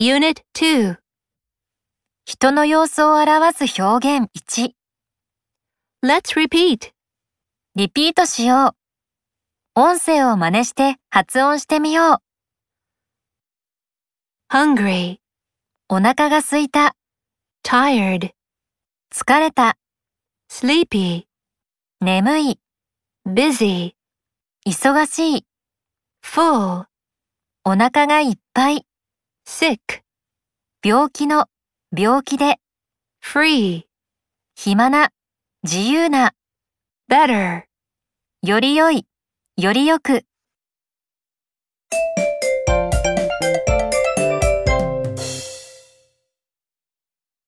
Unit 2人の様子を表す表現1、 Let's repeat. リピートしよう。音声を真似して発音してみよう。 Hungry, お腹が空いた、 tired, 疲れた、 sleepy, 眠い、 busy, 忙しい、 full, お腹がいっぱい、 sick, 病気の、病気で、 free, 暇な、自由な、 better. より良い、よりよく。